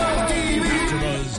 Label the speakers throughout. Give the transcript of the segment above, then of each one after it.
Speaker 1: AfterBuzz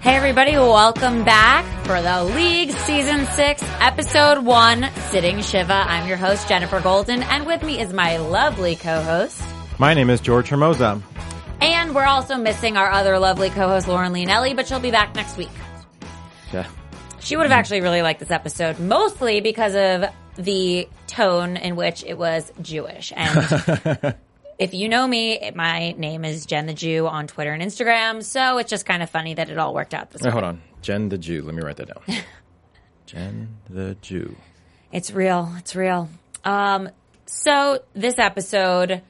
Speaker 2: Hey, everybody, welcome back for the League Season 6, Episode 1, Sitting Shiva. I'm your host, Jennifer Golden, and with me is my lovely co host.
Speaker 3: My name is George Hermosa.
Speaker 2: And we're also missing our other lovely co host, Lauren Leonelli, but she'll be back next week.
Speaker 3: Yeah.
Speaker 2: She would have actually really liked this episode, mostly because of the tone in which it was Jewish. And if you know me, my name is Jen the Jew on Twitter and Instagram, so it's just kind of funny that it all worked out this way.
Speaker 3: hold on. Jen the Jew. Let me write that down. Jen the Jew.
Speaker 2: It's real. It's real. Um, so this episode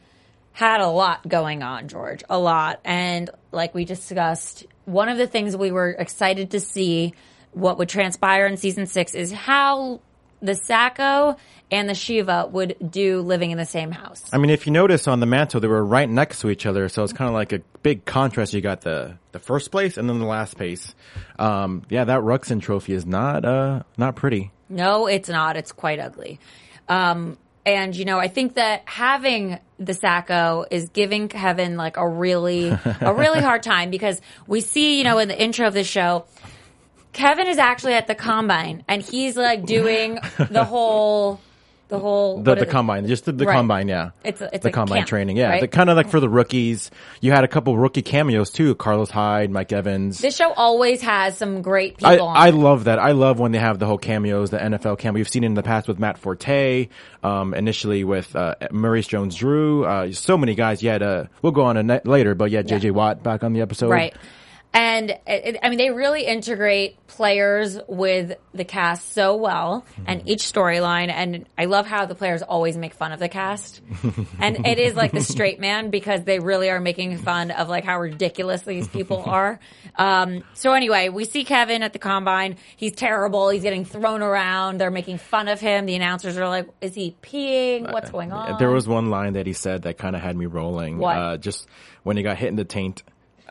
Speaker 2: had a lot going on, George. A lot. And like we discussed, one of the things we were excited to see what would transpire in season six is how the Sacco and the Shiva would do living in the same house.
Speaker 3: I mean, if you notice on the mantle, they were right next to each other, so it's kind of like a big contrast. You got the the first place and then the last place. Um, yeah, that Ruxin trophy is not uh not pretty.
Speaker 2: No, it's not. It's quite ugly. Um, and you know, I think that having the Sacco is giving Kevin like a really, a really hard time because we see, you know, in the intro of the show, Kevin is actually at the combine and he's like doing the whole, the whole
Speaker 3: The
Speaker 2: what
Speaker 3: the
Speaker 2: is it?
Speaker 3: combine, just the, the
Speaker 2: Right.
Speaker 3: combine, yeah.
Speaker 2: It's a- it's
Speaker 3: the
Speaker 2: a
Speaker 3: combine
Speaker 2: camp,
Speaker 3: training, yeah.
Speaker 2: right?
Speaker 3: The kind of like for the rookies. You had a couple rookie cameos too: Carlos Hyde, Mike Evans.
Speaker 2: This show always has some great people.
Speaker 3: I,
Speaker 2: on
Speaker 3: I
Speaker 2: it.
Speaker 3: love that. I love when they have the whole cameos, the NFL cameo. We've seen it in the past with Matt Forte, um, initially with uh, Maurice Jones-Drew. Uh, so many guys. Yeah, uh, we'll go on a night later, but yeah, JJ Watt back on the episode.
Speaker 2: Right. And it, it- I mean, they really integrate players with the cast so well and each storyline. And I love how the players always make fun of the cast. and it is like the straight man because they really are making fun of like how ridiculous these people are. Um, so anyway, we see Kevin at the combine. He's terrible. He's getting thrown around. They're making fun of him. The announcers are like, is he peeing? What's going on?
Speaker 3: There was one line that he said that kind of had me rolling.
Speaker 2: What?
Speaker 3: Uh, just when he got hit in the taint.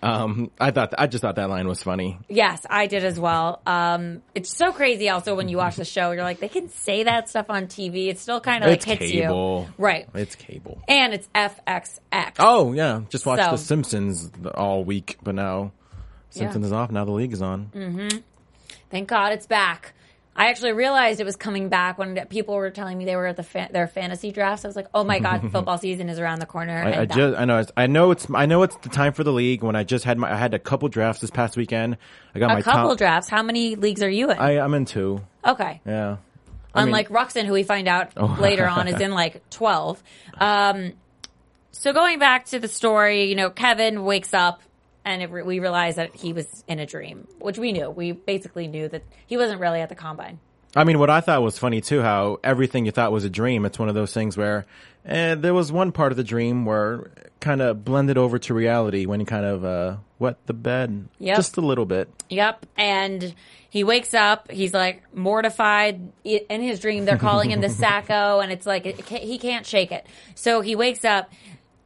Speaker 3: Um, I thought, I just thought that line was funny.
Speaker 2: Yes, I did as well. Um, it's so crazy. Also, when you watch the show, you're like, they can say that stuff on TV. It still kind of like
Speaker 3: it's
Speaker 2: hits
Speaker 3: cable.
Speaker 2: you, right?
Speaker 3: It's cable.
Speaker 2: And it's FXX.
Speaker 3: Oh, yeah. Just watched
Speaker 2: So-
Speaker 3: The Simpsons all week, but now Simpsons is off. Now the league is on.
Speaker 2: Thank God it's back. I actually realized it was coming back when people were telling me they were at the fa- their fantasy drafts. I was like, oh my God, football season is around the corner. uh,
Speaker 3: I, I
Speaker 2: that-
Speaker 3: just I know it's, I know it's I know it's the time for the league. When I just had my I had a couple drafts this past weekend. I got my
Speaker 2: a couple
Speaker 3: top-
Speaker 2: drafts. How many leagues are you in?
Speaker 3: I, I'm in two.
Speaker 2: okay.
Speaker 3: Yeah. I mean- Oh.
Speaker 2: unlike Ruxin, who we find out later on is in like 12. Um, so going back to the story, you know, Kevin wakes up and it, we realize that he was in a dream, which we knew. We basically knew that he wasn't really at the combine.
Speaker 3: I mean, what I thought was funny too, how everything you thought was a dream. It's one of those things where eh, there was one part of the dream where kind of blended over to reality when you kind of uh, wet the bed
Speaker 2: Yep.
Speaker 3: just a little bit.
Speaker 2: Yep. And he wakes up. He's like mortified I- in his dream. They're calling him the Sacco, and it's like it ca he can't shake it. So he wakes up.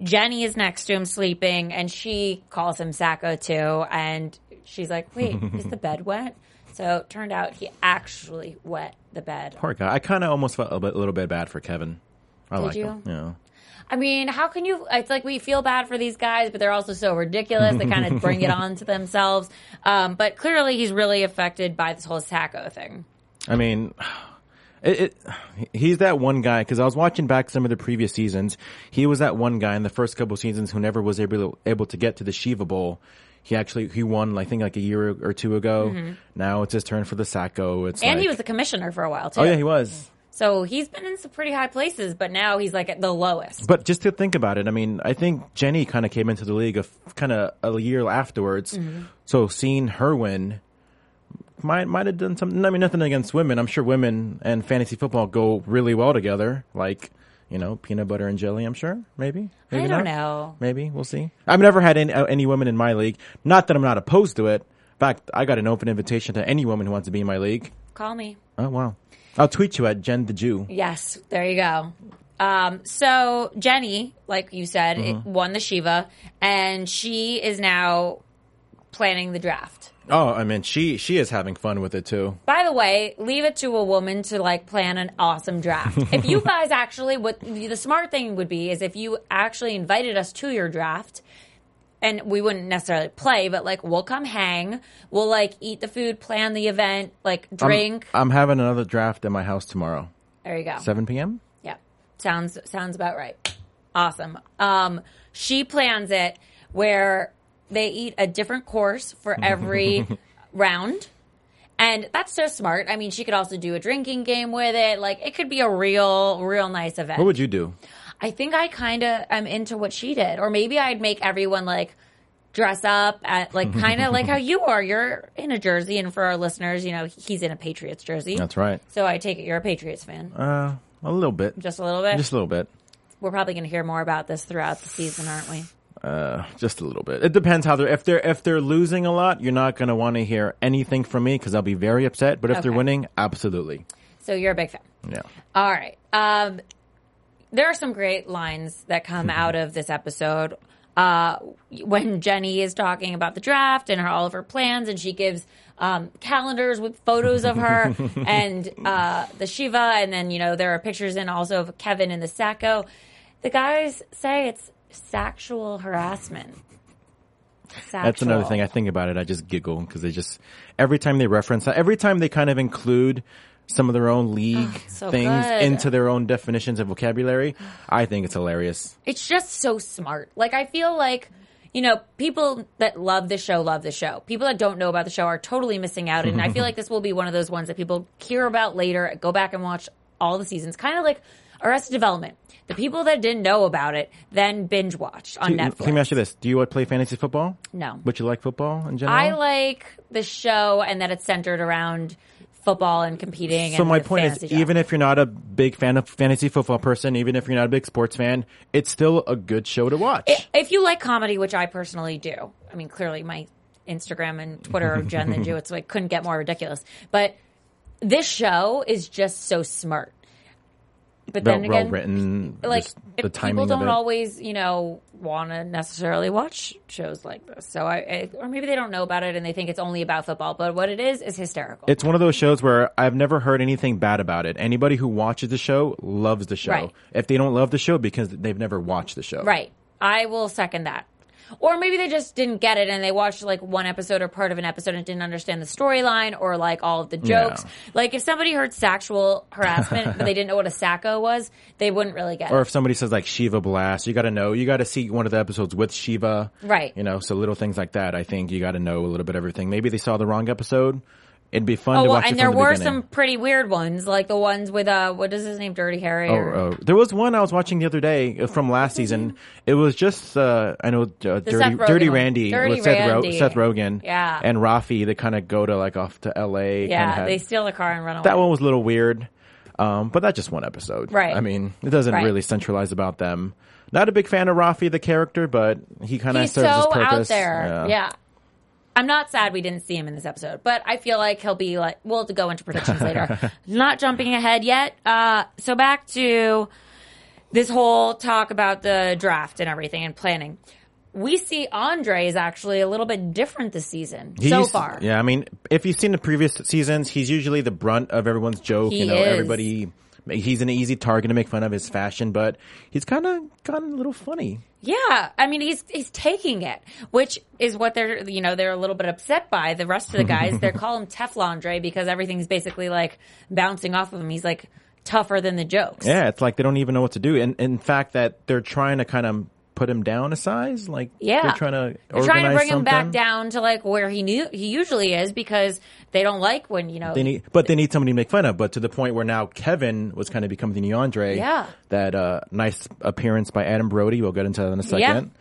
Speaker 2: Jenny is next to him sleeping, and she calls him Sacco too. And she's like, "Wait, is the bed wet?" So it turned out he actually wet the bed.
Speaker 3: Poor guy. I kind of almost felt a, bit, a little bit bad for Kevin. I like
Speaker 2: you?
Speaker 3: him. Yeah.
Speaker 2: I mean, how can you? It's like we feel bad for these guys, but they're also so ridiculous. They kind of bring it on to themselves. Um, but clearly, he's really affected by this whole Sacco thing.
Speaker 3: I mean, it, it, he's that one guy because I was watching back some of the previous seasons. He was that one guy in the first couple seasons who never was able to, able to get to the Shiva Bowl. He actually he won I think like a year or two ago. Now it's his turn for the Sacco. It's
Speaker 2: Mm-hmm. And he
Speaker 3: like-
Speaker 2: was the commissioner for a while too.
Speaker 3: oh yeah he was
Speaker 2: So he's been in some pretty high places, but now he's like at the lowest.
Speaker 3: But just to think about it, I mean, I think Jenny kind of came into the league of kind of a year afterwards.
Speaker 2: Mm-hmm.
Speaker 3: So seeing her win might might have done something. I mean, nothing against women. I'm sure women and fantasy football go really well together. Like you know, peanut butter and jelly. I'm sure. Maybe. Maybe
Speaker 2: I don't
Speaker 3: not.
Speaker 2: know.
Speaker 3: Maybe we'll see. I've never had any, uh, any women in my league. Not that I'm not opposed to it. In fact, I got an open invitation to any woman who wants to be in my league.
Speaker 2: Call me.
Speaker 3: Oh wow! I'll tweet you at Jen the Jew.
Speaker 2: Yes, there you go. Um, so Jenny, like you said,
Speaker 3: Mm-hmm.
Speaker 2: it won the Shiva, and she is now planning the draft.
Speaker 3: Oh, I mean, she she is having fun with it too.
Speaker 2: By the way, leave it to a woman to like plan an awesome draft. if you guys actually, what the smart thing would be is if you actually invited us to your draft, and we wouldn't necessarily play, but like we'll come hang, we'll like eat the food, plan the event, like drink.
Speaker 3: I'm having another draft at my house tomorrow,
Speaker 2: there you go.
Speaker 3: 7 p.m.
Speaker 2: Yeah. Sounds sounds about right. Awesome. Um she plans it where they eat a different course for every round. And that's so smart. I mean, she could also do a drinking game with it. Like it could be a real real nice event.
Speaker 3: What would you do?
Speaker 2: I think I kind of am into what she did, or maybe I'd make everyone like dress up at like kind of like how you are. You're in a jersey, and for our listeners, you know he's in a Patriots jersey.
Speaker 3: That's right.
Speaker 2: So I take it you're a Patriots fan,
Speaker 3: Uh, a little bit,
Speaker 2: just a little bit.
Speaker 3: just a little bit,
Speaker 2: We're probably going to hear more about this throughout the season, aren't we?
Speaker 3: uh, just a little bit. It depends how they're if they're if they're losing a lot, you're not gonna want to hear anything from me because I'll be very upset. But if they're
Speaker 2: Okay.
Speaker 3: winning, absolutely,
Speaker 2: So you're a big fan.
Speaker 3: yeah.
Speaker 2: All right. Um, there are some great lines that come
Speaker 3: Mm-hmm.
Speaker 2: out of this episode. Uh, when Jenny is talking about the draft and her, all of her plans, and she gives um, calendars with photos of her and uh, the Shiva, and then you know there are pictures in also of Kevin in the Sacco. The guys say it's sexual harassment.
Speaker 3: That's another
Speaker 2: Sexual.
Speaker 3: thing. I think about it. I just giggle because they just every time they reference that, every time they kind of include some of their own league
Speaker 2: Ah, so
Speaker 3: things
Speaker 2: good.
Speaker 3: into their own definitions and vocabulary. I think it's hilarious.
Speaker 2: it's just so smart. Like I feel like you know people that love the show love the show. People that don't know about the show are totally missing out, and I feel like this will be one of those ones that people hear about later. Go back and watch all the seasons, kind of like Arrested Development. The people that didn't know about it then binge watched on
Speaker 3: Let me
Speaker 2: Netflix.
Speaker 3: ask you this: Do you uh, play fantasy football?
Speaker 2: No.
Speaker 3: But you like football in general.
Speaker 2: I like the show and that it's centered around football and competing.
Speaker 3: So
Speaker 2: and
Speaker 3: my
Speaker 2: the
Speaker 3: point is,
Speaker 2: fantasy draft.
Speaker 3: even if you're not a big fan of fantasy football person, even if you're not a big sports fan, it's still a good show to watch.
Speaker 2: if you like comedy, which I personally do, I mean, clearly my Instagram and Twitter are Jen the Jew. It's like couldn't get more ridiculous. But this show is just so smart. But
Speaker 3: well,
Speaker 2: then
Speaker 3: well
Speaker 2: again,
Speaker 3: written,
Speaker 2: like
Speaker 3: just
Speaker 2: if people
Speaker 3: the timing
Speaker 2: don't
Speaker 3: of it.
Speaker 2: always, you know, want to necessarily watch shows like this. So I, I, or maybe they don't know about it and they think it's only about football. But what it is is hysterical.
Speaker 3: it's one of those shows where I've never heard anything bad about it. Anybody who watches the show loves the show.
Speaker 2: Right.
Speaker 3: If they don't love the show, because they've never watched the show.
Speaker 2: Right. I will second that. Or maybe they just didn't get it and they watched like one episode or part of an episode and didn't understand the storyline or like all of the jokes.
Speaker 3: Yeah.
Speaker 2: Like if somebody heard sexual harassment but they didn't know what a sacco was, they wouldn't really get
Speaker 3: Or
Speaker 2: it.
Speaker 3: if somebody says like Shiva Blast, you got to know. You got to see one of the episodes with Shiva.
Speaker 2: Right.
Speaker 3: You know, so little things like that. I think you got to know a little bit of everything. Maybe they saw the wrong episode. It'd be fun
Speaker 2: Oh,
Speaker 3: to
Speaker 2: well,
Speaker 3: watch.
Speaker 2: and
Speaker 3: it from
Speaker 2: there
Speaker 3: the
Speaker 2: were
Speaker 3: beginning.
Speaker 2: some pretty weird ones, like the ones with uh, what is his name, Dirty Harry?
Speaker 3: Oh,
Speaker 2: or,
Speaker 3: oh. there was one I was watching the other day uh, from last season. It was just uh, I know uh, dirty,
Speaker 2: Rogen
Speaker 3: dirty
Speaker 2: one.
Speaker 3: Randy
Speaker 2: Dirty
Speaker 3: with Seth,
Speaker 2: Randy.
Speaker 3: Seth Rogen,
Speaker 2: Yeah.
Speaker 3: and Rafi. They kind of go to like off to L.A. kinda
Speaker 2: yeah,
Speaker 3: had-
Speaker 2: they steal the car and run away.
Speaker 3: that one was a little weird, um, but that's just one episode.
Speaker 2: Right.
Speaker 3: I mean, it doesn't
Speaker 2: Right.
Speaker 3: really centralize about them. Not a big fan of Rafi the character, but he kind of
Speaker 2: He's
Speaker 3: serves his
Speaker 2: so
Speaker 3: purpose.
Speaker 2: out there. Yeah. I'm not sad we didn't see him in this episode, but I feel like he'll be like, we'll go into predictions later. Not jumping ahead yet. Uh, so back to this whole talk about the draft and everything and planning. We see Andre is actually a little bit different this season so
Speaker 3: He's-
Speaker 2: far.
Speaker 3: Yeah, I mean, if you've seen the previous seasons, he's usually the brunt of everyone's joke.
Speaker 2: He
Speaker 3: you know,
Speaker 2: is.
Speaker 3: everybody. He's an easy target to make fun of his fashion, but he's kind of gotten a little funny.
Speaker 2: Yeah, I mean he's he's taking it, which is what they're you know they're a little bit upset by. The rest of the guys they call him Teflon Dre because everything's basically like bouncing off of him. He's like tougher than the jokes.
Speaker 3: Yeah, it's like they don't even know what to do. And in fact, that they're trying to kind of put him down a size? Like
Speaker 2: Yeah,
Speaker 3: they're trying to
Speaker 2: They're trying to
Speaker 3: organize
Speaker 2: bring him back
Speaker 3: something?
Speaker 2: down to like where he knew he usually is because they don't like when you know
Speaker 3: They need, but they need somebody to make fun of. But to the point where now Kevin was kind of becoming the new Andre.
Speaker 2: Yeah.
Speaker 3: That uh, nice appearance by Adam Brody. We'll get into that in a
Speaker 2: Yeah.
Speaker 3: second.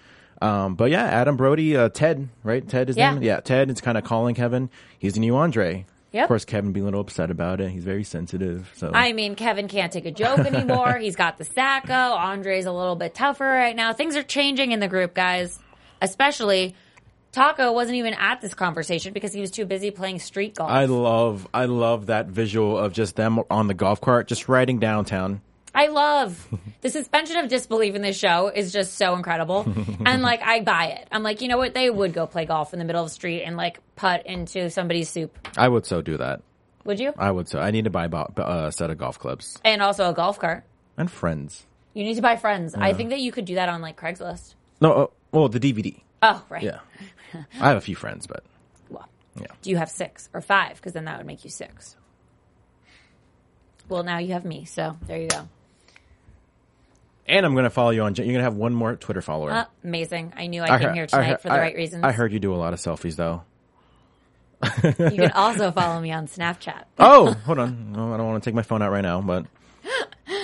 Speaker 3: Um, but yeah, Adam Brody, uh, Ted, right? Ted is
Speaker 2: Yeah.
Speaker 3: name. Yeah, Ted is kind of calling Kevin. He's the new Andre.
Speaker 2: Yep.
Speaker 3: Of course, Kevin being a little upset about it. He's very sensitive. So
Speaker 2: I mean, Kevin can't take a joke anymore. He's got the sacco. Andre's a little bit tougher right now. Things are changing in the group, guys. Especially Taco wasn't even at this conversation because he was too busy playing street golf.
Speaker 3: I
Speaker 2: I,
Speaker 3: love, I love that visual of just them on the golf cart, just riding downtown.
Speaker 2: love the suspension of disbelief in this show is just so incredible. and like, I buy it. I'm like, you know what? They would go play golf in the middle of the street and like putt into somebody's soup.
Speaker 3: I would so do that.
Speaker 2: Would you?
Speaker 3: I would so. I need to buy about uh, a set of golf clubs
Speaker 2: and also a golf cart.
Speaker 3: and friends.
Speaker 2: You need to buy friends. I think that you could do that on like Craigslist.
Speaker 3: No, uh, well, the DVD.
Speaker 2: Oh, right.
Speaker 3: Yeah, I have a few friends, but
Speaker 2: Well,
Speaker 3: Yeah.
Speaker 2: do you have six or five? Because then that would make you six. Well, now you have me, so there you go.
Speaker 3: and I'm gonna follow you on. You're gonna have one more Twitter follower.
Speaker 2: Uh, amazing. I knew I, came
Speaker 3: heard-
Speaker 2: here tonight
Speaker 3: heard-
Speaker 2: for the
Speaker 3: I-
Speaker 2: right reasons.
Speaker 3: I heard you do a lot of selfies, though.
Speaker 2: You can also follow me on Snapchat.
Speaker 3: Oh, hold on. No, I don't want to take my phone out right now, but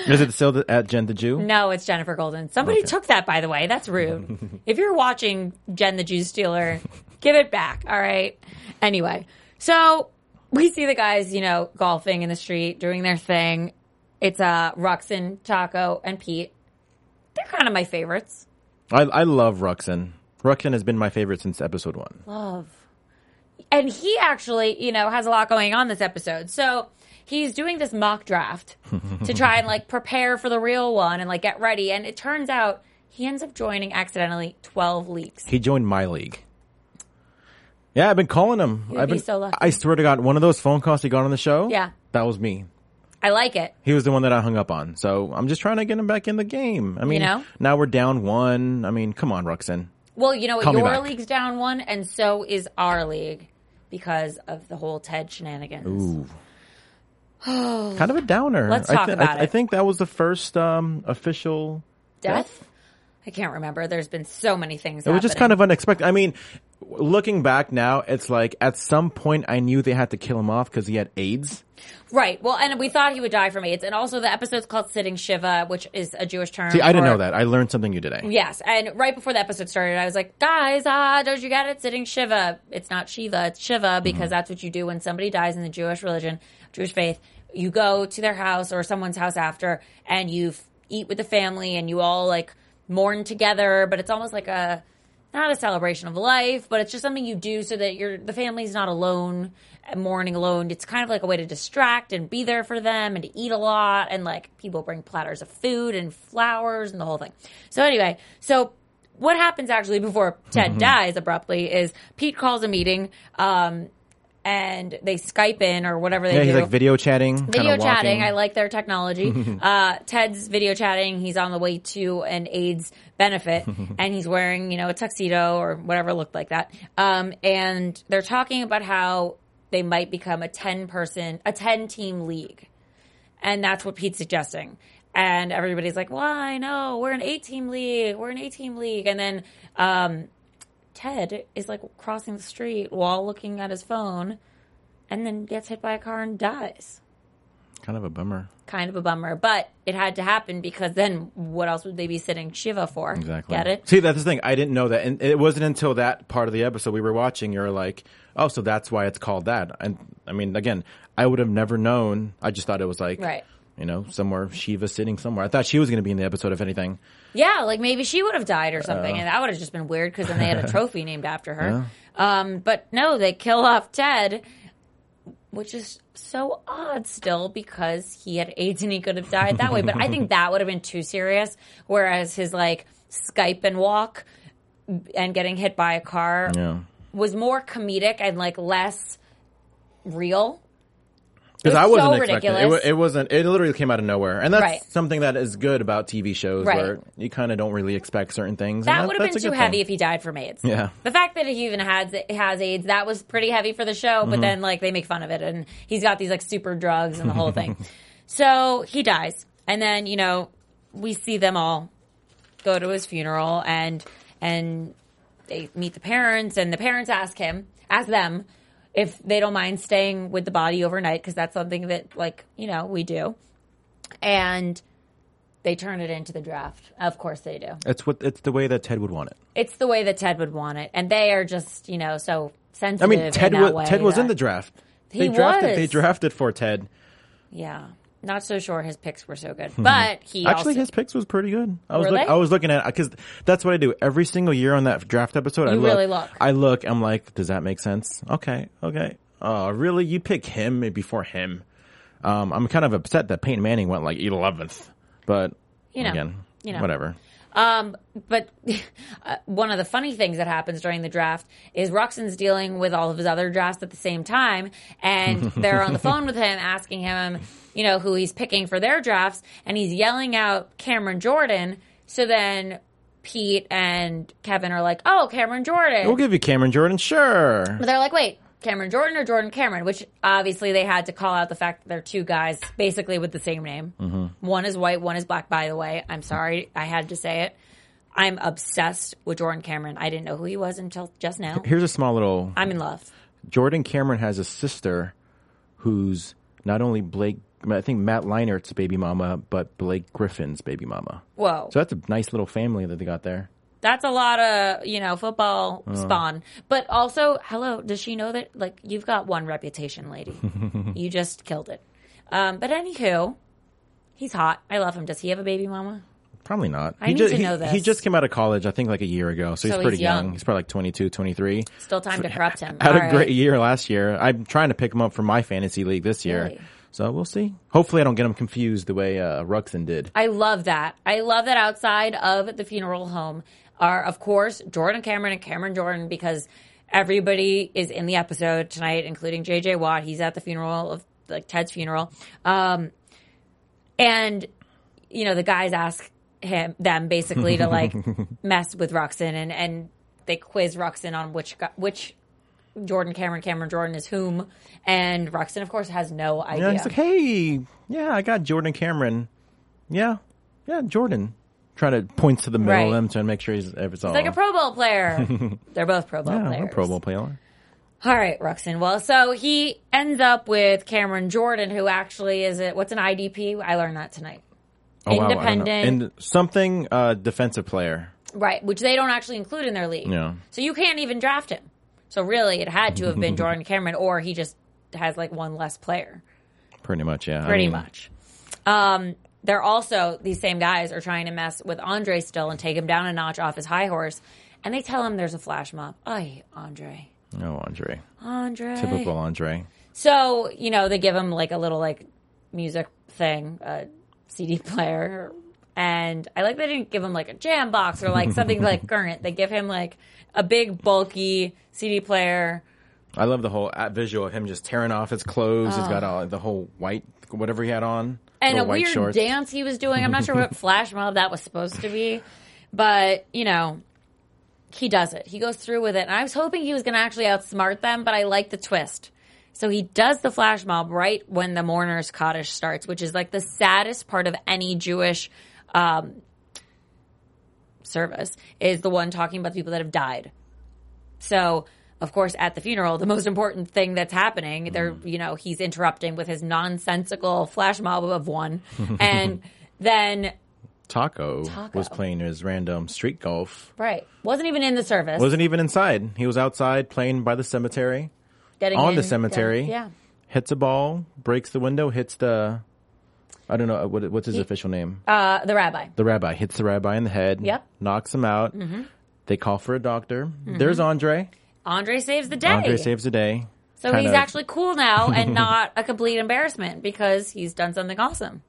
Speaker 3: is it still the, at Jen the Jew?
Speaker 2: No, it's Jennifer Golden. Somebody
Speaker 3: Okay.
Speaker 2: took that, by the way. That's rude. if you're watching Jen the Jew Stealer, give it back. All right. Anyway, so we see the guys, you know, golfing in the street, doing their thing. It's uh, Ruxin, Taco, and Pete. They're kind of my favorites.
Speaker 3: I, I love Ruxin. Ruxin has been my favorite since episode one.
Speaker 2: love. And he actually, you know, has a lot going on this episode. So he's doing this mock draft to try and like prepare for the real one and like get ready. And it turns out he ends up joining accidentally 12 leagues.
Speaker 3: He joined my league. Yeah, I've been calling him.
Speaker 2: would
Speaker 3: I've
Speaker 2: be
Speaker 3: been
Speaker 2: so lucky.
Speaker 3: I swear to God, one of those phone calls he got on the show.
Speaker 2: Yeah.
Speaker 3: that was me.
Speaker 2: I like it.
Speaker 3: He was the one that I hung up on. So I'm just trying to get him back in the game. I mean,
Speaker 2: know?
Speaker 3: now we're down one. I mean, come on, Ruxin.
Speaker 2: Well, you know what?
Speaker 3: Call me
Speaker 2: Your
Speaker 3: back.
Speaker 2: league's down one, and so is our league because of the whole Ted shenanigans.
Speaker 3: Ooh. kind of a downer.
Speaker 2: Let's
Speaker 3: I
Speaker 2: talk
Speaker 3: I,
Speaker 2: about
Speaker 3: I
Speaker 2: it.
Speaker 3: think that was the first um, official.
Speaker 2: Death? I can't remember. There's been so many things.
Speaker 3: It was just kind of unexpected. I mean, looking back now, it's like at some point I knew they had to kill him off because he had AIDS.
Speaker 2: Right. Well, and we thought he would die from AIDS. And also, the episode's called Sitting Shiva, which is a Jewish term.
Speaker 3: See, I didn't
Speaker 2: for-
Speaker 3: know that. I learned something new today.
Speaker 2: Yes, and right before the episode started, I was like, "Guys, ah, don't you get it? Sitting Shiva. It's not Shiva. It's Shiva because that's what you do when somebody dies in the Jewish religion, Jewish faith. You go to their house or someone's house after, and you f- eat with the family, and you all like mourn together. But it's almost like a not a celebration of life, but it's just something you do so that your the family's not alone, and mourning alone. It's kind of like a way to distract and be there for them and to eat a lot and like people bring platters of food and flowers and the whole thing. So anyway, so what happens actually before Ted
Speaker 3: Mm-hmm.
Speaker 2: dies abruptly is Pete calls a meeting, um, and they Skype in or whatever they
Speaker 3: Yeah,
Speaker 2: do
Speaker 3: he's like video chatting.
Speaker 2: video
Speaker 3: kinda
Speaker 2: chatting.
Speaker 3: walking.
Speaker 2: I like their technology. uh, Ted's video chatting. He's on the way to an AIDS benefit, and he's wearing you know a tuxedo or whatever looked like that. Um, and they're talking about how they might become a ten person, a ten team league, and that's what Pete's suggesting. And everybody's like, "Why? No, we're an eight team league. We're an eight team league." And then um, Ted is like crossing the street while looking at his phone. And then gets hit by a car and dies
Speaker 3: Kind of a bummer.
Speaker 2: kind of a bummer, but it had to happen because then what else would they be sitting Shiva for?
Speaker 3: Exactly.
Speaker 2: Get it?
Speaker 3: See, that's the thing. I didn't know that, and it wasn't until that part of the episode we were watching. You're like, oh, so that's why it's called that. And I mean, again, I would have never known. I just thought it was like,
Speaker 2: Right.
Speaker 3: You know, somewhere Shiva sitting somewhere. I thought she was going to be in the episode, if anything.
Speaker 2: Yeah, like maybe she would have died or something,
Speaker 3: Oh.
Speaker 2: and that would have just been weird because then they had a trophy named after her. Um, but no, they kill off Ted, which is so odd still because he had AIDS and he could have died that way. But I think that would have been too serious. Whereas his like Skype and walk and getting hit by a car
Speaker 3: Yeah,
Speaker 2: was more comedic and like less real.
Speaker 3: because I
Speaker 2: so
Speaker 3: wasn't expecting it. It,
Speaker 2: ridiculous.
Speaker 3: wa- it. wasn't. It literally came out of nowhere, and that's
Speaker 2: Right.
Speaker 3: something that is good about TV shows
Speaker 2: Right.
Speaker 3: where you kind of don't really expect certain things. and
Speaker 2: That would have
Speaker 3: that's
Speaker 2: been
Speaker 3: a
Speaker 2: too
Speaker 3: good
Speaker 2: heavy
Speaker 3: thing.
Speaker 2: if he died from AIDS.
Speaker 3: Yeah.
Speaker 2: The fact that he even has has AIDS, that was pretty heavy for the show, but then like they make fun of it and he's got these like super drugs and the whole thing. So he dies. And then, you know, we see them all go to his funeral and and they meet the parents and the parents ask him, ask them if they don't mind staying with the body overnight because that's something that like, you know, we do. And they turn it into the draft. Of course they do.
Speaker 3: It's what it's the way that Ted would want it.
Speaker 2: It's the way that Ted would want it, and they are just you know so
Speaker 3: I
Speaker 2: sensitive.
Speaker 3: mean, Ted
Speaker 2: in that way
Speaker 3: was Ted was in the
Speaker 2: that-
Speaker 3: draft.
Speaker 2: He
Speaker 3: they drafted.
Speaker 2: was.
Speaker 3: They drafted for Ted.
Speaker 2: yeah. Not so sure his picks were so good, but he
Speaker 3: Hmm. Actually,
Speaker 2: also,
Speaker 3: his picks was pretty good. I was
Speaker 2: Were
Speaker 3: look,
Speaker 2: they?
Speaker 3: I was looking at because that's what I do every single year on that draft episode. I
Speaker 2: You
Speaker 3: look,
Speaker 2: really look.
Speaker 3: I look. I'm like, does that make sense? Okay, okay. Uh, really, you pick him before him. Um, I'm kind of upset that Peyton Manning went like 11th, but
Speaker 2: You know,
Speaker 3: again,
Speaker 2: you know.
Speaker 3: whatever.
Speaker 2: Um, but uh, one of the funny things that happens during the draft is Ruxin's dealing with all of his other drafts at the same time, and they're on the phone with him asking him, you know, who he's picking for their drafts, and he's yelling out Cameron Jordan. So then Pete and Kevin are like, "Oh, Cameron Jordan."
Speaker 3: We'll give you Cameron Jordan, sure.
Speaker 2: But they're like, wait, Cameron Jordan or Jordan Cameron? Which obviously they had to call out the fact that they're two guys basically with the same name.
Speaker 3: Mm-hmm.
Speaker 2: One is white, one is black, by the way. I'm sorry, I had to say it. I'm obsessed with Jordan Cameron. I didn't know who he was until just now.
Speaker 3: Here's a small little.
Speaker 2: I'm in love.
Speaker 3: Jordan Cameron has a sister who's not only Blake. I think Matt Leinert's baby mama, but Blake Griffin's baby mama.
Speaker 2: Whoa.
Speaker 3: So that's a nice little family that they got there.
Speaker 2: That's a lot of, you know, football
Speaker 3: Uh-huh.
Speaker 2: spawn. But also, hello, does she know that, like, you've got one reputation, lady? you just killed it. Um, but anywho, he's hot. I love him. Does he have a baby mama?
Speaker 3: Probably not.
Speaker 2: I need
Speaker 3: ju-
Speaker 2: to
Speaker 3: he,
Speaker 2: know this.
Speaker 3: He just came out of college, I think like a year ago. So,
Speaker 2: So
Speaker 3: he's
Speaker 2: he's
Speaker 3: pretty young.
Speaker 2: young.
Speaker 3: He's probably like 22, 23.
Speaker 2: Still time to corrupt him.
Speaker 3: Had
Speaker 2: All
Speaker 3: a
Speaker 2: right.
Speaker 3: great year last year. I'm trying to pick him up for my fantasy league this year.
Speaker 2: Really?
Speaker 3: So we'll see. Hopefully I don't get him confused the way uh, Ruxin did.
Speaker 2: I love that. I love that outside of the funeral home are, of course, Jordan Cameron and Cameron Jordan because everybody is in the episode tonight, including JJ Watt. He's at the funeral of like Ted's funeral. Um, and you know, the guys ask him them basically to like mess with Ruxin and, and they quiz Ruxin on which gu- which Jordan Cameron Cameron Jordan is whom and Ruxin of course has no idea.
Speaker 3: Yeah, he's like, hey, yeah, I got Jordan Cameron. Yeah, yeah, Jordan. Trying to points to the middle
Speaker 2: Right.
Speaker 3: of him to make sure he's it's all
Speaker 2: It's like a Pro Bowl player. They're both Pro Bowl
Speaker 3: yeah, I'm a
Speaker 2: players.
Speaker 3: Pro Bowl player.
Speaker 2: All right, Ruxin. Well, so he ends up with Cameron Jordan, who actually is it? What's an IDP? I learned that tonight.
Speaker 3: Oh, wow, I don't know.
Speaker 2: Independent.
Speaker 3: and something uh, defensive player.
Speaker 2: Right, which they don't actually include in their league.
Speaker 3: Yeah.
Speaker 2: So you can't even draft him. So really, it had to have been Jordan Cameron, or he just has like one less player,
Speaker 3: Pretty much, yeah. I
Speaker 2: pretty
Speaker 3: mean,
Speaker 2: much. Um, they're also these same guys are trying to mess with Andre still and take him down a notch off his high horse, and they tell him there's a flash mob. Ay, Andre,
Speaker 3: Oh, Andre.
Speaker 2: Andre,
Speaker 3: Typical Andre.
Speaker 2: So, you know, they give him like a little like music thing, a CD player. And I like they didn't give him like a jam box or like something like current. They give him like a big bulky CD player.
Speaker 3: I love the whole uh, visual of him just tearing off his clothes. He's got all the whole white, whatever he had on,
Speaker 2: Oh. and a
Speaker 3: little white
Speaker 2: weird
Speaker 3: shorts.
Speaker 2: dance he was doing. I'm not sure what flash mob that was supposed to be, but you know, he does it. He goes through with it. And I was hoping he was going to actually outsmart them, but I like the twist. So he does the flash mob right when the mourner's cottage starts, which is like the saddest part of any Jewish um, service is the one talking about the people that have died. So, of course, at the funeral, the most important thing that's happening, they're,
Speaker 3: Mm.
Speaker 2: you know, he's interrupting with his nonsensical flash mob of one. and then,
Speaker 3: Taco,
Speaker 2: Taco.
Speaker 3: was playing his random street golf.
Speaker 2: right, wasn't even in the service.
Speaker 3: Wasn't even inside. He was outside playing by the cemetery.
Speaker 2: getting
Speaker 3: on the
Speaker 2: in-
Speaker 3: cemetery.
Speaker 2: yeah.
Speaker 3: Hits a ball, breaks the window, hits the. I don't know what what's his official name.
Speaker 2: Uh, the rabbi.
Speaker 3: the rabbi hits the rabbi in the head.
Speaker 2: Yep. Mm-hmm.
Speaker 3: Knocks him out. They call for a doctor. There's Andre.
Speaker 2: Andre saves the day.
Speaker 3: Andre saves the day.
Speaker 2: so
Speaker 3: kind
Speaker 2: he's
Speaker 3: of-
Speaker 2: actually cool now and not a complete embarrassment because he's done something awesome.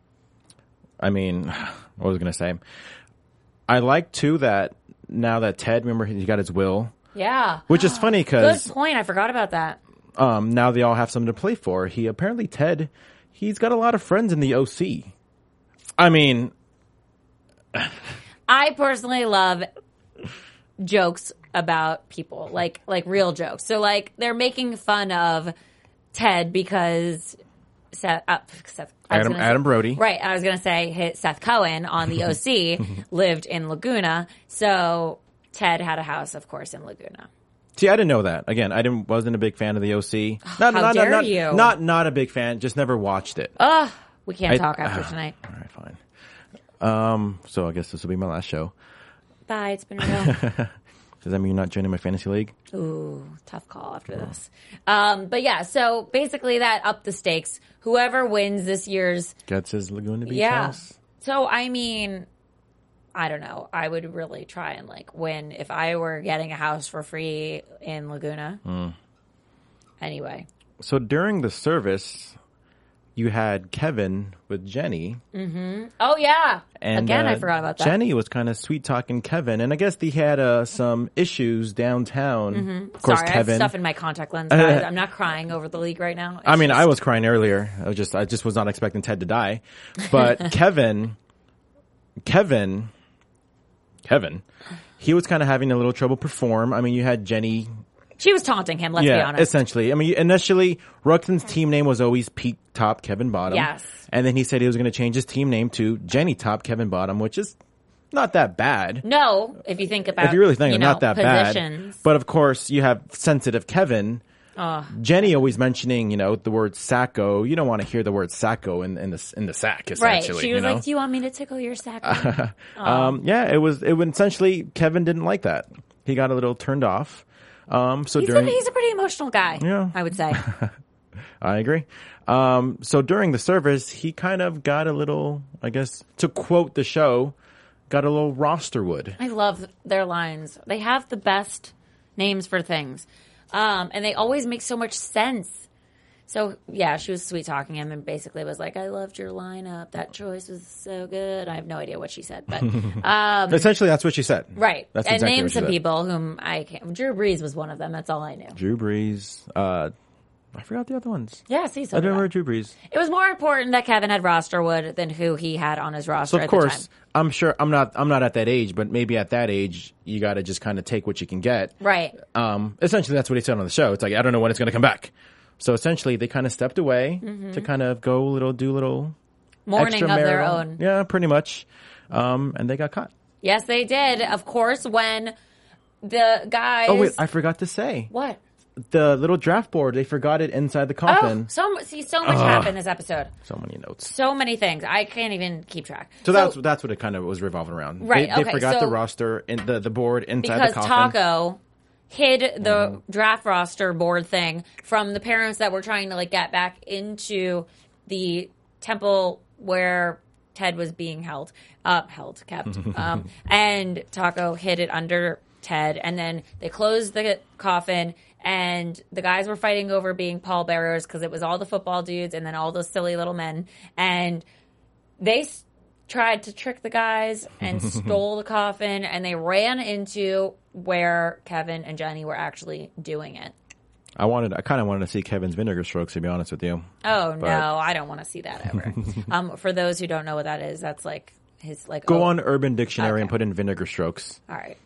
Speaker 3: I mean, what was I going to say? I like too that now that Ted, remember he got his will,
Speaker 2: Yeah.
Speaker 3: which is funny
Speaker 2: Good
Speaker 3: because
Speaker 2: point. I forgot about that.
Speaker 3: um, now they all have something to play for. He apparently Ted, he's got a lot of friends in the OC. I mean,
Speaker 2: I personally love jokes about people, like like real jokes. So like they're making fun of Ted because Seth, uh, Seth I was
Speaker 3: Adam-
Speaker 2: gonna
Speaker 3: Adam Brody.
Speaker 2: Right. I was going to say his, Seth Cohen on the OC lived in Laguna. So Ted had a house, of course, in Laguna.
Speaker 3: See, I didn't know that. Again, I didn't wasn't a big fan of the OC. Not,
Speaker 2: How
Speaker 3: not,
Speaker 2: dare
Speaker 3: not,
Speaker 2: you. Uh.
Speaker 3: Not not a big fan. Just never watched it. Oh,
Speaker 2: We can't talk after tonight.
Speaker 3: All right, fine. Um, so I guess this will be my last show.
Speaker 2: Bye. It's been real.
Speaker 3: Does that mean you're not joining my fantasy league?
Speaker 2: Ooh, tough call after this. Um, but yeah, so basically that up the stakes. Whoever wins this year's
Speaker 3: Gets his Laguna Beach
Speaker 2: yeah.
Speaker 3: house.
Speaker 2: So I mean, I don't know. I would really try and like win if I were getting a house for free in Laguna.
Speaker 3: Hmm.
Speaker 2: Anyway,
Speaker 3: So during the service, you had Kevin with Jenny.
Speaker 2: oh yeah.
Speaker 3: And,
Speaker 2: Again, I
Speaker 3: uh,
Speaker 2: forgot about that.
Speaker 3: Jenny was kind of sweet talking Kevin, and I guess he had uh, some issues downtown. Of
Speaker 2: Mm-hmm.
Speaker 3: course,
Speaker 2: Sorry, I have
Speaker 3: Kevin. Uh,
Speaker 2: stuff in my contact lens. Guys. I'm not crying over the league right now.
Speaker 3: I mean,
Speaker 2: It's
Speaker 3: I was crying earlier. I was just, I just was not expecting Ted to die, but Kevin, Kevin, Kevin, he was kind of having a little trouble perform. I mean, you had Jenny,
Speaker 2: just- she was taunting him. Let's be
Speaker 3: yeah,
Speaker 2: honest.
Speaker 3: essentially. I mean, initially Ruxin's team name was always Pete Top Kevin Bottom,
Speaker 2: Yes.
Speaker 3: and then he said he was going to change his team name to Jenny Top Kevin Bottom, which is not that bad.
Speaker 2: No, if you think about
Speaker 3: if you really think
Speaker 2: you
Speaker 3: they're
Speaker 2: know,
Speaker 3: not that
Speaker 2: positions.
Speaker 3: bad. But of course, you have sensitive Kevin. Jenny always mentioning, you know, the word sacco. You don't want to hear the word sacco in, in the in the sack,
Speaker 2: Right.
Speaker 3: essentially.
Speaker 2: She
Speaker 3: you
Speaker 2: was
Speaker 3: know?
Speaker 2: like, Do you want me to tickle your sack? bone?"
Speaker 3: um, yeah, it was. It would essentially Kevin didn't like that. He got a little turned off. Um, so
Speaker 2: he's, a,
Speaker 3: during,
Speaker 2: he's a pretty emotional guy,
Speaker 3: Yeah.
Speaker 2: I would say.
Speaker 3: I agree. Um, so during the service, he kind of got a little, I guess, to quote the show, got a little rosterwood.
Speaker 2: I love their lines. They have the best names for things. Um, and they always make so much sense. So, yeah, she was sweet talking him and basically was like, I loved your lineup. That choice was so good. I have no idea what she said, but.
Speaker 3: Essentially, that's what she said.
Speaker 2: right.
Speaker 3: That's
Speaker 2: and
Speaker 3: exactly
Speaker 2: name
Speaker 3: what she
Speaker 2: some
Speaker 3: said.
Speaker 2: people whom I can't. Drew Brees was one of them. That's all I knew.
Speaker 3: Drew Brees. Uh, I forgot the other ones.
Speaker 2: Yeah, see, so
Speaker 3: I
Speaker 2: did
Speaker 3: don't
Speaker 2: I.
Speaker 3: remember Drew Brees.
Speaker 2: It was more important that Kevin had rosterwood than who he had on his roster
Speaker 3: So of
Speaker 2: at the time.
Speaker 3: course, I'm sure I'm not I'm not at that age, but maybe at that age you got to just kind of take what you can get.
Speaker 2: Right.
Speaker 3: Um, essentially, that's what he said on the show. It's like I don't know when it's going to come back. So essentially, they kind of stepped away
Speaker 2: Mm-hmm.
Speaker 3: to kind of go a little, do a little
Speaker 2: Mourning of their
Speaker 3: extramarital-
Speaker 2: own.
Speaker 3: Yeah, pretty much. Um, and they got caught.
Speaker 2: Yes, they did. Of course, when the guys.
Speaker 3: Oh wait, I forgot to say
Speaker 2: what?
Speaker 3: the little draft board. They forgot it inside the
Speaker 2: Oh,
Speaker 3: coffin.
Speaker 2: so mu- see, so much
Speaker 3: Uh.
Speaker 2: happened this episode.
Speaker 3: so many notes.
Speaker 2: So many things. I can't even keep track.
Speaker 3: So, that's that's what it kind of was revolving around.
Speaker 2: Right,
Speaker 3: They, they
Speaker 2: okay,
Speaker 3: forgot
Speaker 2: so-
Speaker 3: the roster in the, the board inside
Speaker 2: because
Speaker 3: the coffin. Mm-hmm.
Speaker 2: Taco hid the draft roster board thing from the parents that were trying to like get back into the temple where Ted was being held, uh, held, kept, um, and Taco hid it under Ted, and then they closed the coffin. And the guys were fighting over being pallbearers because it was all the football dudes and then all those silly little men. And they s- tried to trick the guys and stole the coffin and they ran into where Kevin and Jenny were actually doing it.
Speaker 3: I wanted, I kind of wanted to see Kevin's vinegar strokes, to be honest with you.
Speaker 2: Oh no, I don't want to see that ever. um, for those who don't know what that is, that's like his like
Speaker 3: Go
Speaker 2: oh,
Speaker 3: on Urban Dictionary and
Speaker 2: Okay.
Speaker 3: put in vinegar strokes.
Speaker 2: All right.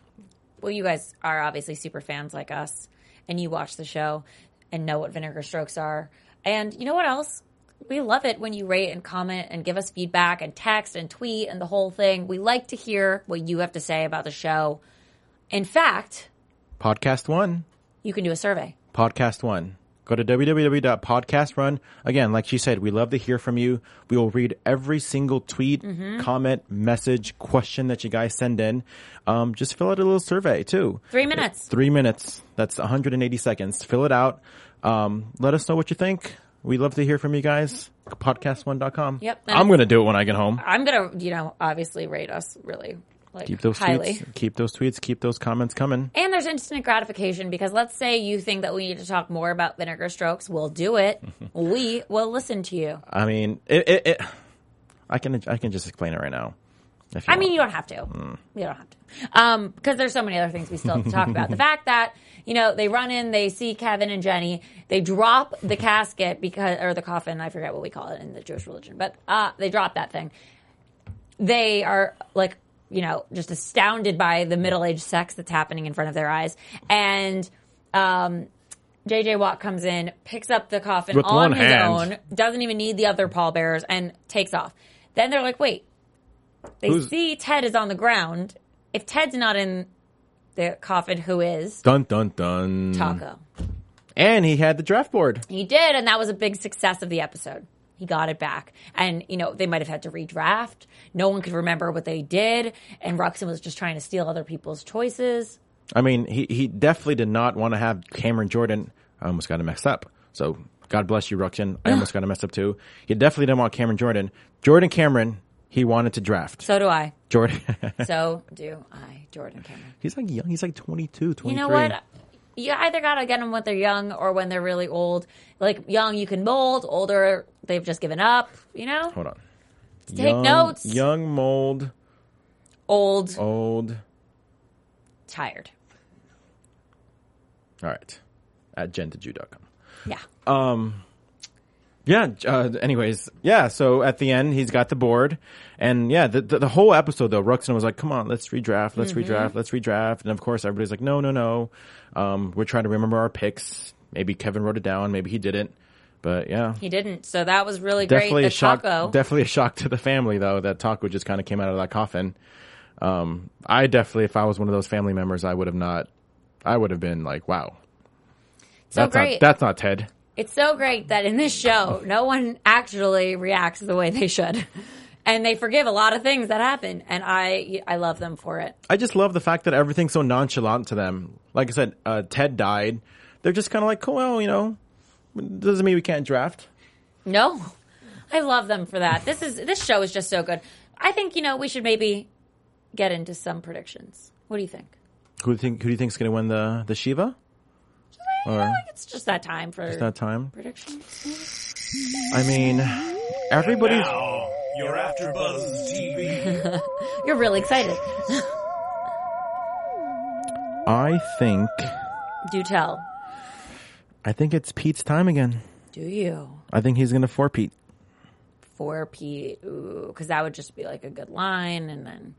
Speaker 2: Well, you guys are obviously super fans like us, and you watch the show and know what vinegar strokes are. And you know what else? We love it when you rate and comment and give us feedback and text and tweet and the whole thing. We like to hear what you have to say about the show. In fact,
Speaker 3: Podcast one.
Speaker 2: you can do a survey.
Speaker 3: Podcast one. Go to www.podcastrun. Again, like she said, we love to hear from you. We will read every single tweet,
Speaker 2: Mm-hmm.
Speaker 3: comment, message, question that you guys send in. Um, just fill out a little survey too.
Speaker 2: Three minutes.
Speaker 3: Three minutes. That's 180 seconds. Fill it out. Um, let us know what you think. We love to hear from you guys. Podcast1.com.
Speaker 2: Yep.
Speaker 3: I'm going to do it when I get home.
Speaker 2: I'm going to, you know, obviously rate us really like
Speaker 3: Keep those
Speaker 2: highly.
Speaker 3: tweets. Keep those tweets. Keep those comments coming.
Speaker 2: And there's instant gratification because let's say you think that we need to talk more about vinegar strokes. We'll do it.
Speaker 3: Mm-hmm.
Speaker 2: we will listen to you.
Speaker 3: I mean, it, it, it, I can I can just explain it right now. If you
Speaker 2: I mean, you don't have to.
Speaker 3: Hmm.
Speaker 2: You don't have to. Um, because there's so many other things we still have to talk about. The fact that, you know, they run in, they see Kevin and Jenny, they drop the casket because, or the coffin, I forget what we call it in the Jewish religion, but, uh, they drop that thing. They are like, you know, just astounded by the middle aged sex that's happening in front of their eyes. And, um, JJ Watt comes in, picks up the coffin
Speaker 3: With
Speaker 2: on
Speaker 3: one
Speaker 2: his
Speaker 3: hand.
Speaker 2: own, doesn't even need the other pallbearers, and takes off. Then they're like, wait, they
Speaker 3: Who's-
Speaker 2: see Ted is on the ground. If Ted's not in the coffin, who is?
Speaker 3: Dun dun dun.
Speaker 2: Taco.
Speaker 3: And he had the draft board.
Speaker 2: He did, and that was a big success of the episode. He got it back. And, you know, they might have had to redraft. No one could remember what they did. And Ruxin was just trying to steal other people's choices.
Speaker 3: I mean, he, he definitely did not want to have Cameron Jordan. I almost got it messed up. So God bless you, Ruxin. I almost got it messed up too. He definitely didn't want Cameron Jordan. Jordan Cameron, he wanted to draft.
Speaker 2: So do I.
Speaker 3: Jordan,
Speaker 2: So do I, Jordan Cameron.
Speaker 3: he's like young. He's like 22, 23.
Speaker 2: You know what? You either got to get them when they're young or when they're really old. Like, young, you can mold. Older, they've just given up, you know?
Speaker 3: Hold on.
Speaker 2: Take notes.
Speaker 3: Young mold,
Speaker 2: Old,
Speaker 3: old.
Speaker 2: tired.
Speaker 3: All right. At gentajew.com.
Speaker 2: Yeah.
Speaker 3: Yeah. Uh, anyways, yeah. So at the end, he's got the board, and yeah, the the, the whole episode though, Ruxin was like, "Come on, let's redraft, let's
Speaker 2: Mm-hmm.
Speaker 3: redraft, let's redraft," and of course, everybody's like, "No, no, no." Um, we're trying to remember our picks. Maybe Kevin wrote it down. Maybe he didn't. But yeah,
Speaker 2: he didn't. So that was really
Speaker 3: definitely
Speaker 2: great.
Speaker 3: a
Speaker 2: The
Speaker 3: shock.
Speaker 2: taco.
Speaker 3: Definitely a shock to the family though that Taco just kind of came out of that coffin. Um, I definitely, if I was one of those family members, I would have not. I would have been like, "Wow,
Speaker 2: so
Speaker 3: that's
Speaker 2: great.
Speaker 3: not that's not Ted."
Speaker 2: It's so great that in this show, no one actually reacts the way they should. And they forgive a lot of things that happen, and I I love them for it.
Speaker 3: I just love the fact that everything's so nonchalant to them. Like I said, uh, Ted died. They're just kind of like, "Cool, well, you know, doesn't mean we can't draft.
Speaker 2: No, I love them for that. This is this show is just so good. I think you know we should maybe get into some predictions. What do you think?
Speaker 3: Who do you think? Who do you think's going to win the the Shiva? Or
Speaker 2: It's just that time for
Speaker 3: that time?
Speaker 2: predictions.
Speaker 3: I mean, everybody's.
Speaker 1: Now, you're after Buzz TV.
Speaker 2: You're really excited.
Speaker 3: I think.
Speaker 2: Do tell.
Speaker 3: I think it's Pete's time again.
Speaker 2: Do you
Speaker 3: I think he's going to four Pete.
Speaker 2: for Pete? Because that would just be like a good line, and then.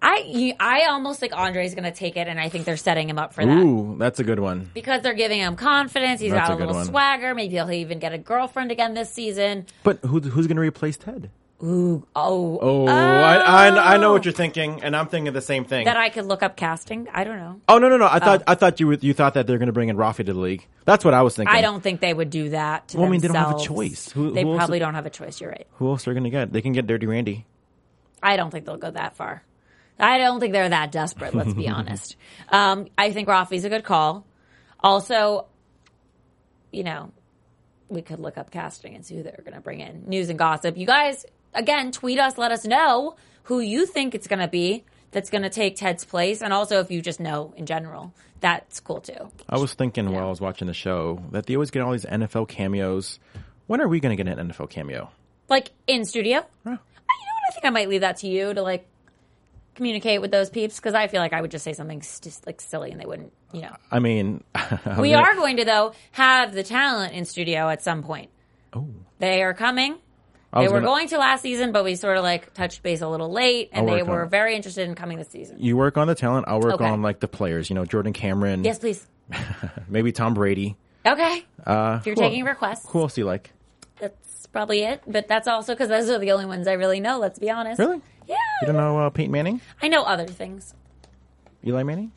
Speaker 2: I you- I almost think Andre's gonna take it, and I think they're setting him up for that.
Speaker 3: Ooh, that's a good one.
Speaker 2: because they're giving him confidence. He's
Speaker 3: That's
Speaker 2: got
Speaker 3: a
Speaker 2: a,
Speaker 3: good
Speaker 2: little
Speaker 3: one.
Speaker 2: swagger. Maybe he'll even get a girlfriend again this season.
Speaker 3: But who, who's going to replace Ted?
Speaker 2: Oh,
Speaker 3: Oh, I, I I know what you're thinking, and I'm thinking the same thing.
Speaker 2: that I could look up casting. I don't know.
Speaker 3: oh no no no! I thought I thought you were- you thought that they're going to bring in Rafi to the league. That's what I was thinking.
Speaker 2: I don't think they would do that. To
Speaker 3: Well, I mean, they don't have a
Speaker 2: themselves.
Speaker 3: choice. Who-
Speaker 2: they
Speaker 3: who else-
Speaker 2: probably don't have a choice. You're right.
Speaker 3: Who else are going to get? They can get Dirty Randy.
Speaker 2: I don't think they'll go that far. I don't think they're that desperate. Let's be honest. Um, I think Rafi's a good call. Also, you know, we could look up casting and see who they're going to bring in. News and gossip. You guys, again, tweet us. Let us know who you think it's going to be that's going to take Ted's place, and also if you just know in general, that's cool too.
Speaker 3: I was thinking while I was watching the show that they always get all these NFL cameos. When are we going to get an NFL cameo?
Speaker 2: Like in studio. You know what? I think I might leave that to you to like communicate with those peeps because I feel like I would just say something just like silly and they wouldn't, you know.
Speaker 3: I mean, I
Speaker 2: We
Speaker 3: mean,
Speaker 2: are going to though have the talent in studio at some point. Oh, they are coming.
Speaker 3: I
Speaker 2: They
Speaker 3: was
Speaker 2: were
Speaker 3: gonna-
Speaker 2: going to last season, but we sort of like touched base a little late, and
Speaker 3: I'll
Speaker 2: they
Speaker 3: work on
Speaker 2: were
Speaker 3: it.
Speaker 2: very interested in coming this season.
Speaker 3: You work on the talent. I'll work
Speaker 2: Okay.
Speaker 3: on like the players. You know, Jordan Cameron.
Speaker 2: Yes, please.
Speaker 3: Maybe Tom Brady.
Speaker 2: Okay, uh, you're
Speaker 3: who
Speaker 2: taking
Speaker 3: el-
Speaker 2: requests.
Speaker 3: Who else do you like?
Speaker 2: That's probably it, but that's also because those are the only ones I really know. Let's be honest.
Speaker 3: Really?
Speaker 2: Yeah,
Speaker 3: You don't know uh, Peyton Manning,
Speaker 2: I know other things.
Speaker 3: Eli Manning.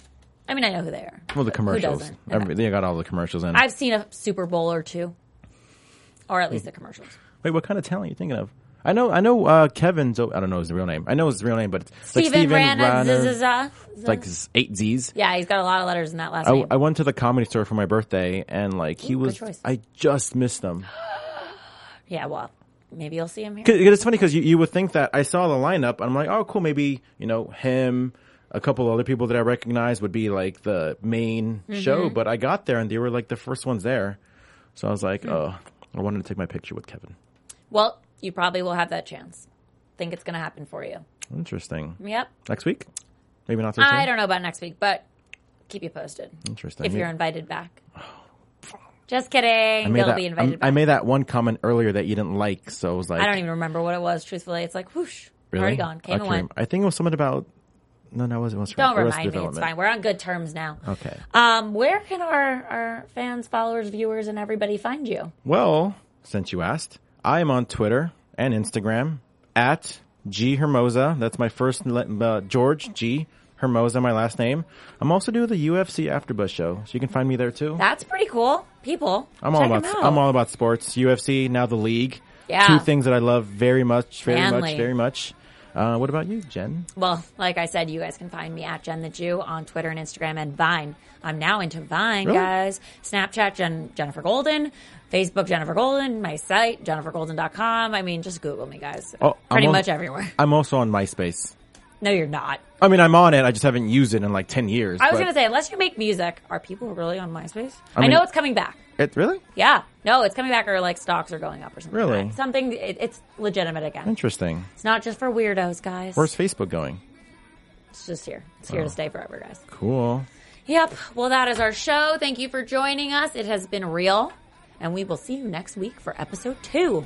Speaker 2: I mean, I know who they are. but
Speaker 3: Well, the
Speaker 2: who
Speaker 3: commercials.
Speaker 2: doesn't?
Speaker 3: Every, they got all the commercials in.
Speaker 2: I've seen a Super Bowl or two, or at
Speaker 3: Hmm.
Speaker 2: least the commercials.
Speaker 3: Wait, what kind of talent are you thinking of? I know, I know. Uh, Kevin's. I don't know his real name. I know his real name, but it's like
Speaker 2: Steven
Speaker 3: Steven
Speaker 2: Rana,
Speaker 3: Reiner.
Speaker 2: Zzzz,
Speaker 3: It's like Oh, eight Z's.
Speaker 2: yeah, he's got a lot of letters in that last
Speaker 3: I,
Speaker 2: name.
Speaker 3: I went to the comedy store for my birthday, and like he
Speaker 2: Ooh, good
Speaker 3: was,
Speaker 2: choice.
Speaker 3: I just missed him.
Speaker 2: yeah, well, maybe you'll see him here.
Speaker 3: Cause, 'cause it's funny because you, you would think that I saw the lineup, and I'm like, oh, cool, maybe you know him, a couple other people that I recognize would be like the main
Speaker 2: Mm-hmm.
Speaker 3: show. But I got there, and they were like the first ones there, so I was like,
Speaker 2: Hmm.
Speaker 3: oh, I wanted to take my picture with Kevin.
Speaker 2: Well, you probably will have that chance. Think it's going to happen for you.
Speaker 3: Interesting.
Speaker 2: Yep.
Speaker 3: Next week, maybe not. So
Speaker 2: Hmm. I
Speaker 3: soon?
Speaker 2: don't know about next week, but keep you posted
Speaker 3: Interesting.
Speaker 2: if
Speaker 3: Maybe-
Speaker 2: you're invited back. Just kidding.
Speaker 3: I made
Speaker 2: You'll
Speaker 3: that-
Speaker 2: be
Speaker 3: I'm-
Speaker 2: invited
Speaker 3: I
Speaker 2: back.
Speaker 3: made that one comment earlier that you didn't like, so I was like,
Speaker 2: I don't even remember what it was, truthfully. It's like, whoosh,
Speaker 3: Really?
Speaker 2: already gone. Came
Speaker 3: Okay.
Speaker 2: and went.
Speaker 3: I think it was something about No, no, it wasn't. Arrested
Speaker 2: Don't
Speaker 3: Arrested
Speaker 2: remind me. It's
Speaker 3: Development.
Speaker 2: fine. We're on good terms now.
Speaker 3: Okay.
Speaker 2: Um, where can our, our fans, followers, viewers, and everybody find you?
Speaker 3: Well, since you asked, I am on Twitter and Instagram at G Hermosa. That's my first le- uh, George G Hermosa, my last name. I'm also doing the UFC AfterBuzz show, so you can find me there too.
Speaker 2: That's pretty cool. People,
Speaker 3: I'm all
Speaker 2: check 'em
Speaker 3: about
Speaker 2: out.
Speaker 3: I'm all about sports, UFC, now the league.
Speaker 2: Yeah.
Speaker 3: Two things that I love very much, very
Speaker 2: Manly.
Speaker 3: much, very much. Uh, what about you, Jen?
Speaker 2: Well, like I said, you guys can find me at Jen the Jew on Twitter and Instagram and Vine. I'm now into Vine,
Speaker 3: Really?
Speaker 2: guys. Snapchat, Jen, Jennifer Golden. Facebook, Jennifer Golden. My site, jennifergolden.com. I mean, just Google me, guys.
Speaker 3: Oh, I'm
Speaker 2: pretty
Speaker 3: on-
Speaker 2: much everywhere.
Speaker 3: I'm also on MySpace.
Speaker 2: No, you're not.
Speaker 3: I mean, I'm on it. I just haven't used it in like ten years.
Speaker 2: I was
Speaker 3: but-
Speaker 2: going to say, unless you make music, are people really on MySpace? I,
Speaker 3: I mean-
Speaker 2: know it's coming back.
Speaker 3: it really
Speaker 2: Yeah. No, it's coming back or like stocks are going up or something.
Speaker 3: Really?
Speaker 2: like that. Something, it, it's legitimate again.
Speaker 3: interesting.
Speaker 2: It's not just for weirdos, guys.
Speaker 3: Where's Facebook going?
Speaker 2: It's just here. It's
Speaker 3: Oh.
Speaker 2: here to stay forever, guys.
Speaker 3: Cool.
Speaker 2: Yep. Well, that is our show. Thank you for joining us. It has been real. And we will see you next week for episode two.